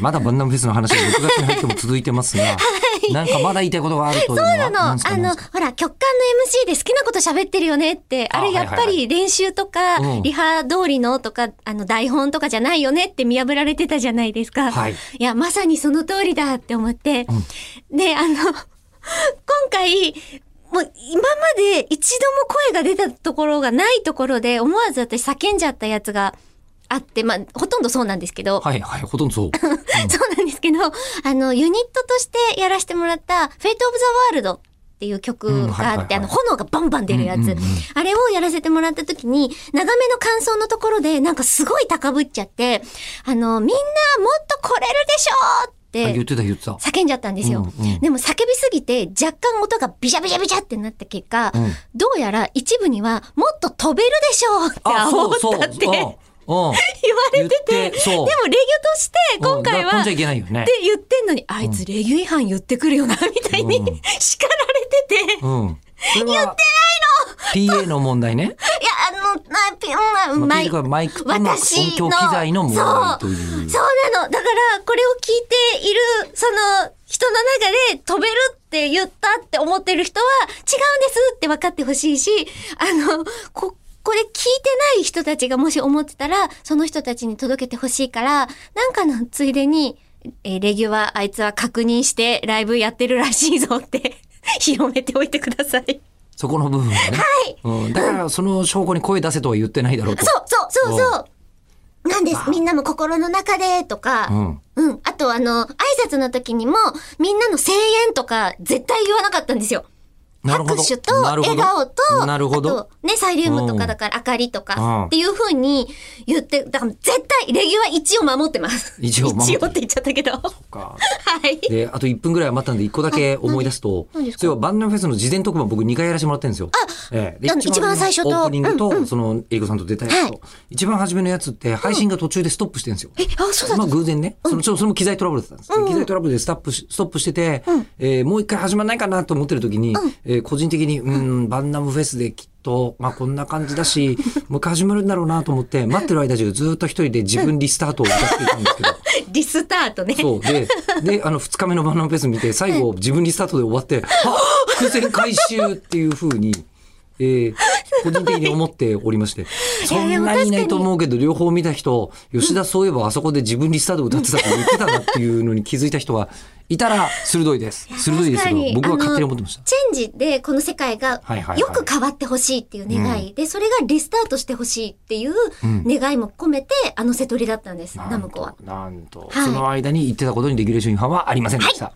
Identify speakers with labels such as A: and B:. A: まだバンナムフェスの話が6月に入っても続いて ますが、なんかまだ言いたいことがあるというのは。
B: あの、
A: な
B: あ
A: んですかね
B: の、ほら、曲間の MC で好きなこと喋ってるよねって、
A: あ
B: あれやっ
A: は
B: ぱ
A: いはいは
B: り練習とか
A: うん、
B: リハ通りのとか、あの、台本とかじゃないよねって見破られてたじゃないですか。
A: はい
B: や、まさにその通りだって思って。で、あの、 今回、もう今まで一度も声が出たところがないところで、思わず私叫んじゃったやつがあって、まあ、ほとんどそうなんですけど、
A: はいはい、ほとん どそう。
B: そうなんですけど、あの、ユニットとしてやらせてもらった、フェイト・オブ・ザ・ワールドっていう曲があって、
A: う
B: あ
A: んはいはいはい
B: の、炎がバンバン出るや
A: うん
B: つ
A: うんうん。
B: あれをやらせてもらった時に、長めの感想のところで、なんかすごい高ぶっちゃって、あの、みんなもっと来れるでしょ
A: あ
B: うって
A: 言ってた言ってた。
B: 叫んじゃったんですよ。
A: うんうん
B: でも叫びすぎて若干音がビシャビシャビシャってなった結果、
A: うん
B: どうやら一部にはもっと飛べるでしょうって
A: あ、
B: 思
A: そうそ
B: っ
A: う。
B: た
A: う
B: っ
A: ん
B: て言 わ
A: うん。
B: れて
A: 言
B: て、
A: って
B: で
A: そう
B: も礼儀として今回
A: うんだから飛
B: は
A: んじゃいけないよね
B: っ。て言ってんのに、あいつ礼儀違反言ってくるよな、みたいに、
A: うん
B: 叱られてて、
A: うん。それは言ってないの !PA の問題ね。
B: いや、あの、な、ピ うん、う
A: まあ
B: ま
A: とに
B: い。
A: かくマイクとの音
B: 私
A: 響
B: の
A: 機材の問題という。
B: そうなの。だから、これを聞いている、その、人の中で飛べるって言ったって思ってる人は、違うんですって分かってほしいし、あの、こ、これ聞いてない人たちがもし思ってたら、その人たちに届けてほしいから、なんかのついでに、えーレギュはあいつは確認してライブやってるらしいぞって 広めておいてください。
A: そこの部分はね。うん。だからその証拠に声出せとは言ってないだろうと。
B: そうそうそうそうなんです。みんなも心の中でとか、
A: うん。
B: うん。あと、あの、挨拶の時にも、みんなの声援とか、絶対言わなかったんですよ。
A: なるほど
B: 拍手と、
A: なるほ
B: 笑
A: ど
B: 顔と、
A: なるほど
B: あと、ね、サイリウムとかだから、明かりと
A: うん
B: か、っていう風に言って、だから絶対、レギュは一応守ってます。
A: 一応守って
B: 一応って言っちゃったけど。 は
A: か
B: い。
A: で、あと1分ぐらい余ったんで、1個だけ思い出すと
B: 何です、か
A: それはバンナムフェスの事前特番僕2回やらせてもらってるんですよ。ええで
B: あの一番最初と
A: オープニングと、その、エリコさんと出たやつ
B: は
A: と、一番初めのやつって配信が途中でストップしてるんですよ。
B: え、あ、そうだ
A: まあ偶然ね。その、ちょ、それも機材トラブルだったんです。機材トラブルでスタップし、ストップしてて、えーもう一回始まんないかなと思ってる時に、えー個人的に、うん、バンナムフェスできっと、まあこんな感じだし、もう一回始まるんだろうなと思って、待ってる間中ずっと一人で自分リスタートを歌っていたんですけど、
B: リスタートね。
A: そう。で、で、あの、二日目のバナナフェス見て、最後、自分リスタートで終わって、あ伏線回収っていう風に、えー個人的に思っておりまして。そん
B: いや
A: な
B: でも
A: にいない
B: 確
A: と
B: かに
A: 思うけど、両方見た人、吉田そういえばあそこで自分リスタート歌ってたって言ってたなっていうのに気づいた人がいたら、鋭いです。鋭いですけ
B: 確か
A: ど、
B: に
A: 僕は勝手に
B: あの
A: 思ってました。
B: チェンジでこの世界が
A: はいはいはい
B: よく変わってほしいっていう願い、で、それがリスタートしてほしいっていう願いも込めて、あの瀬戸りだったんです、ナムコは。
A: なんと、
B: はい
A: その間に言ってたことにレギュレーション違反はありませんでした。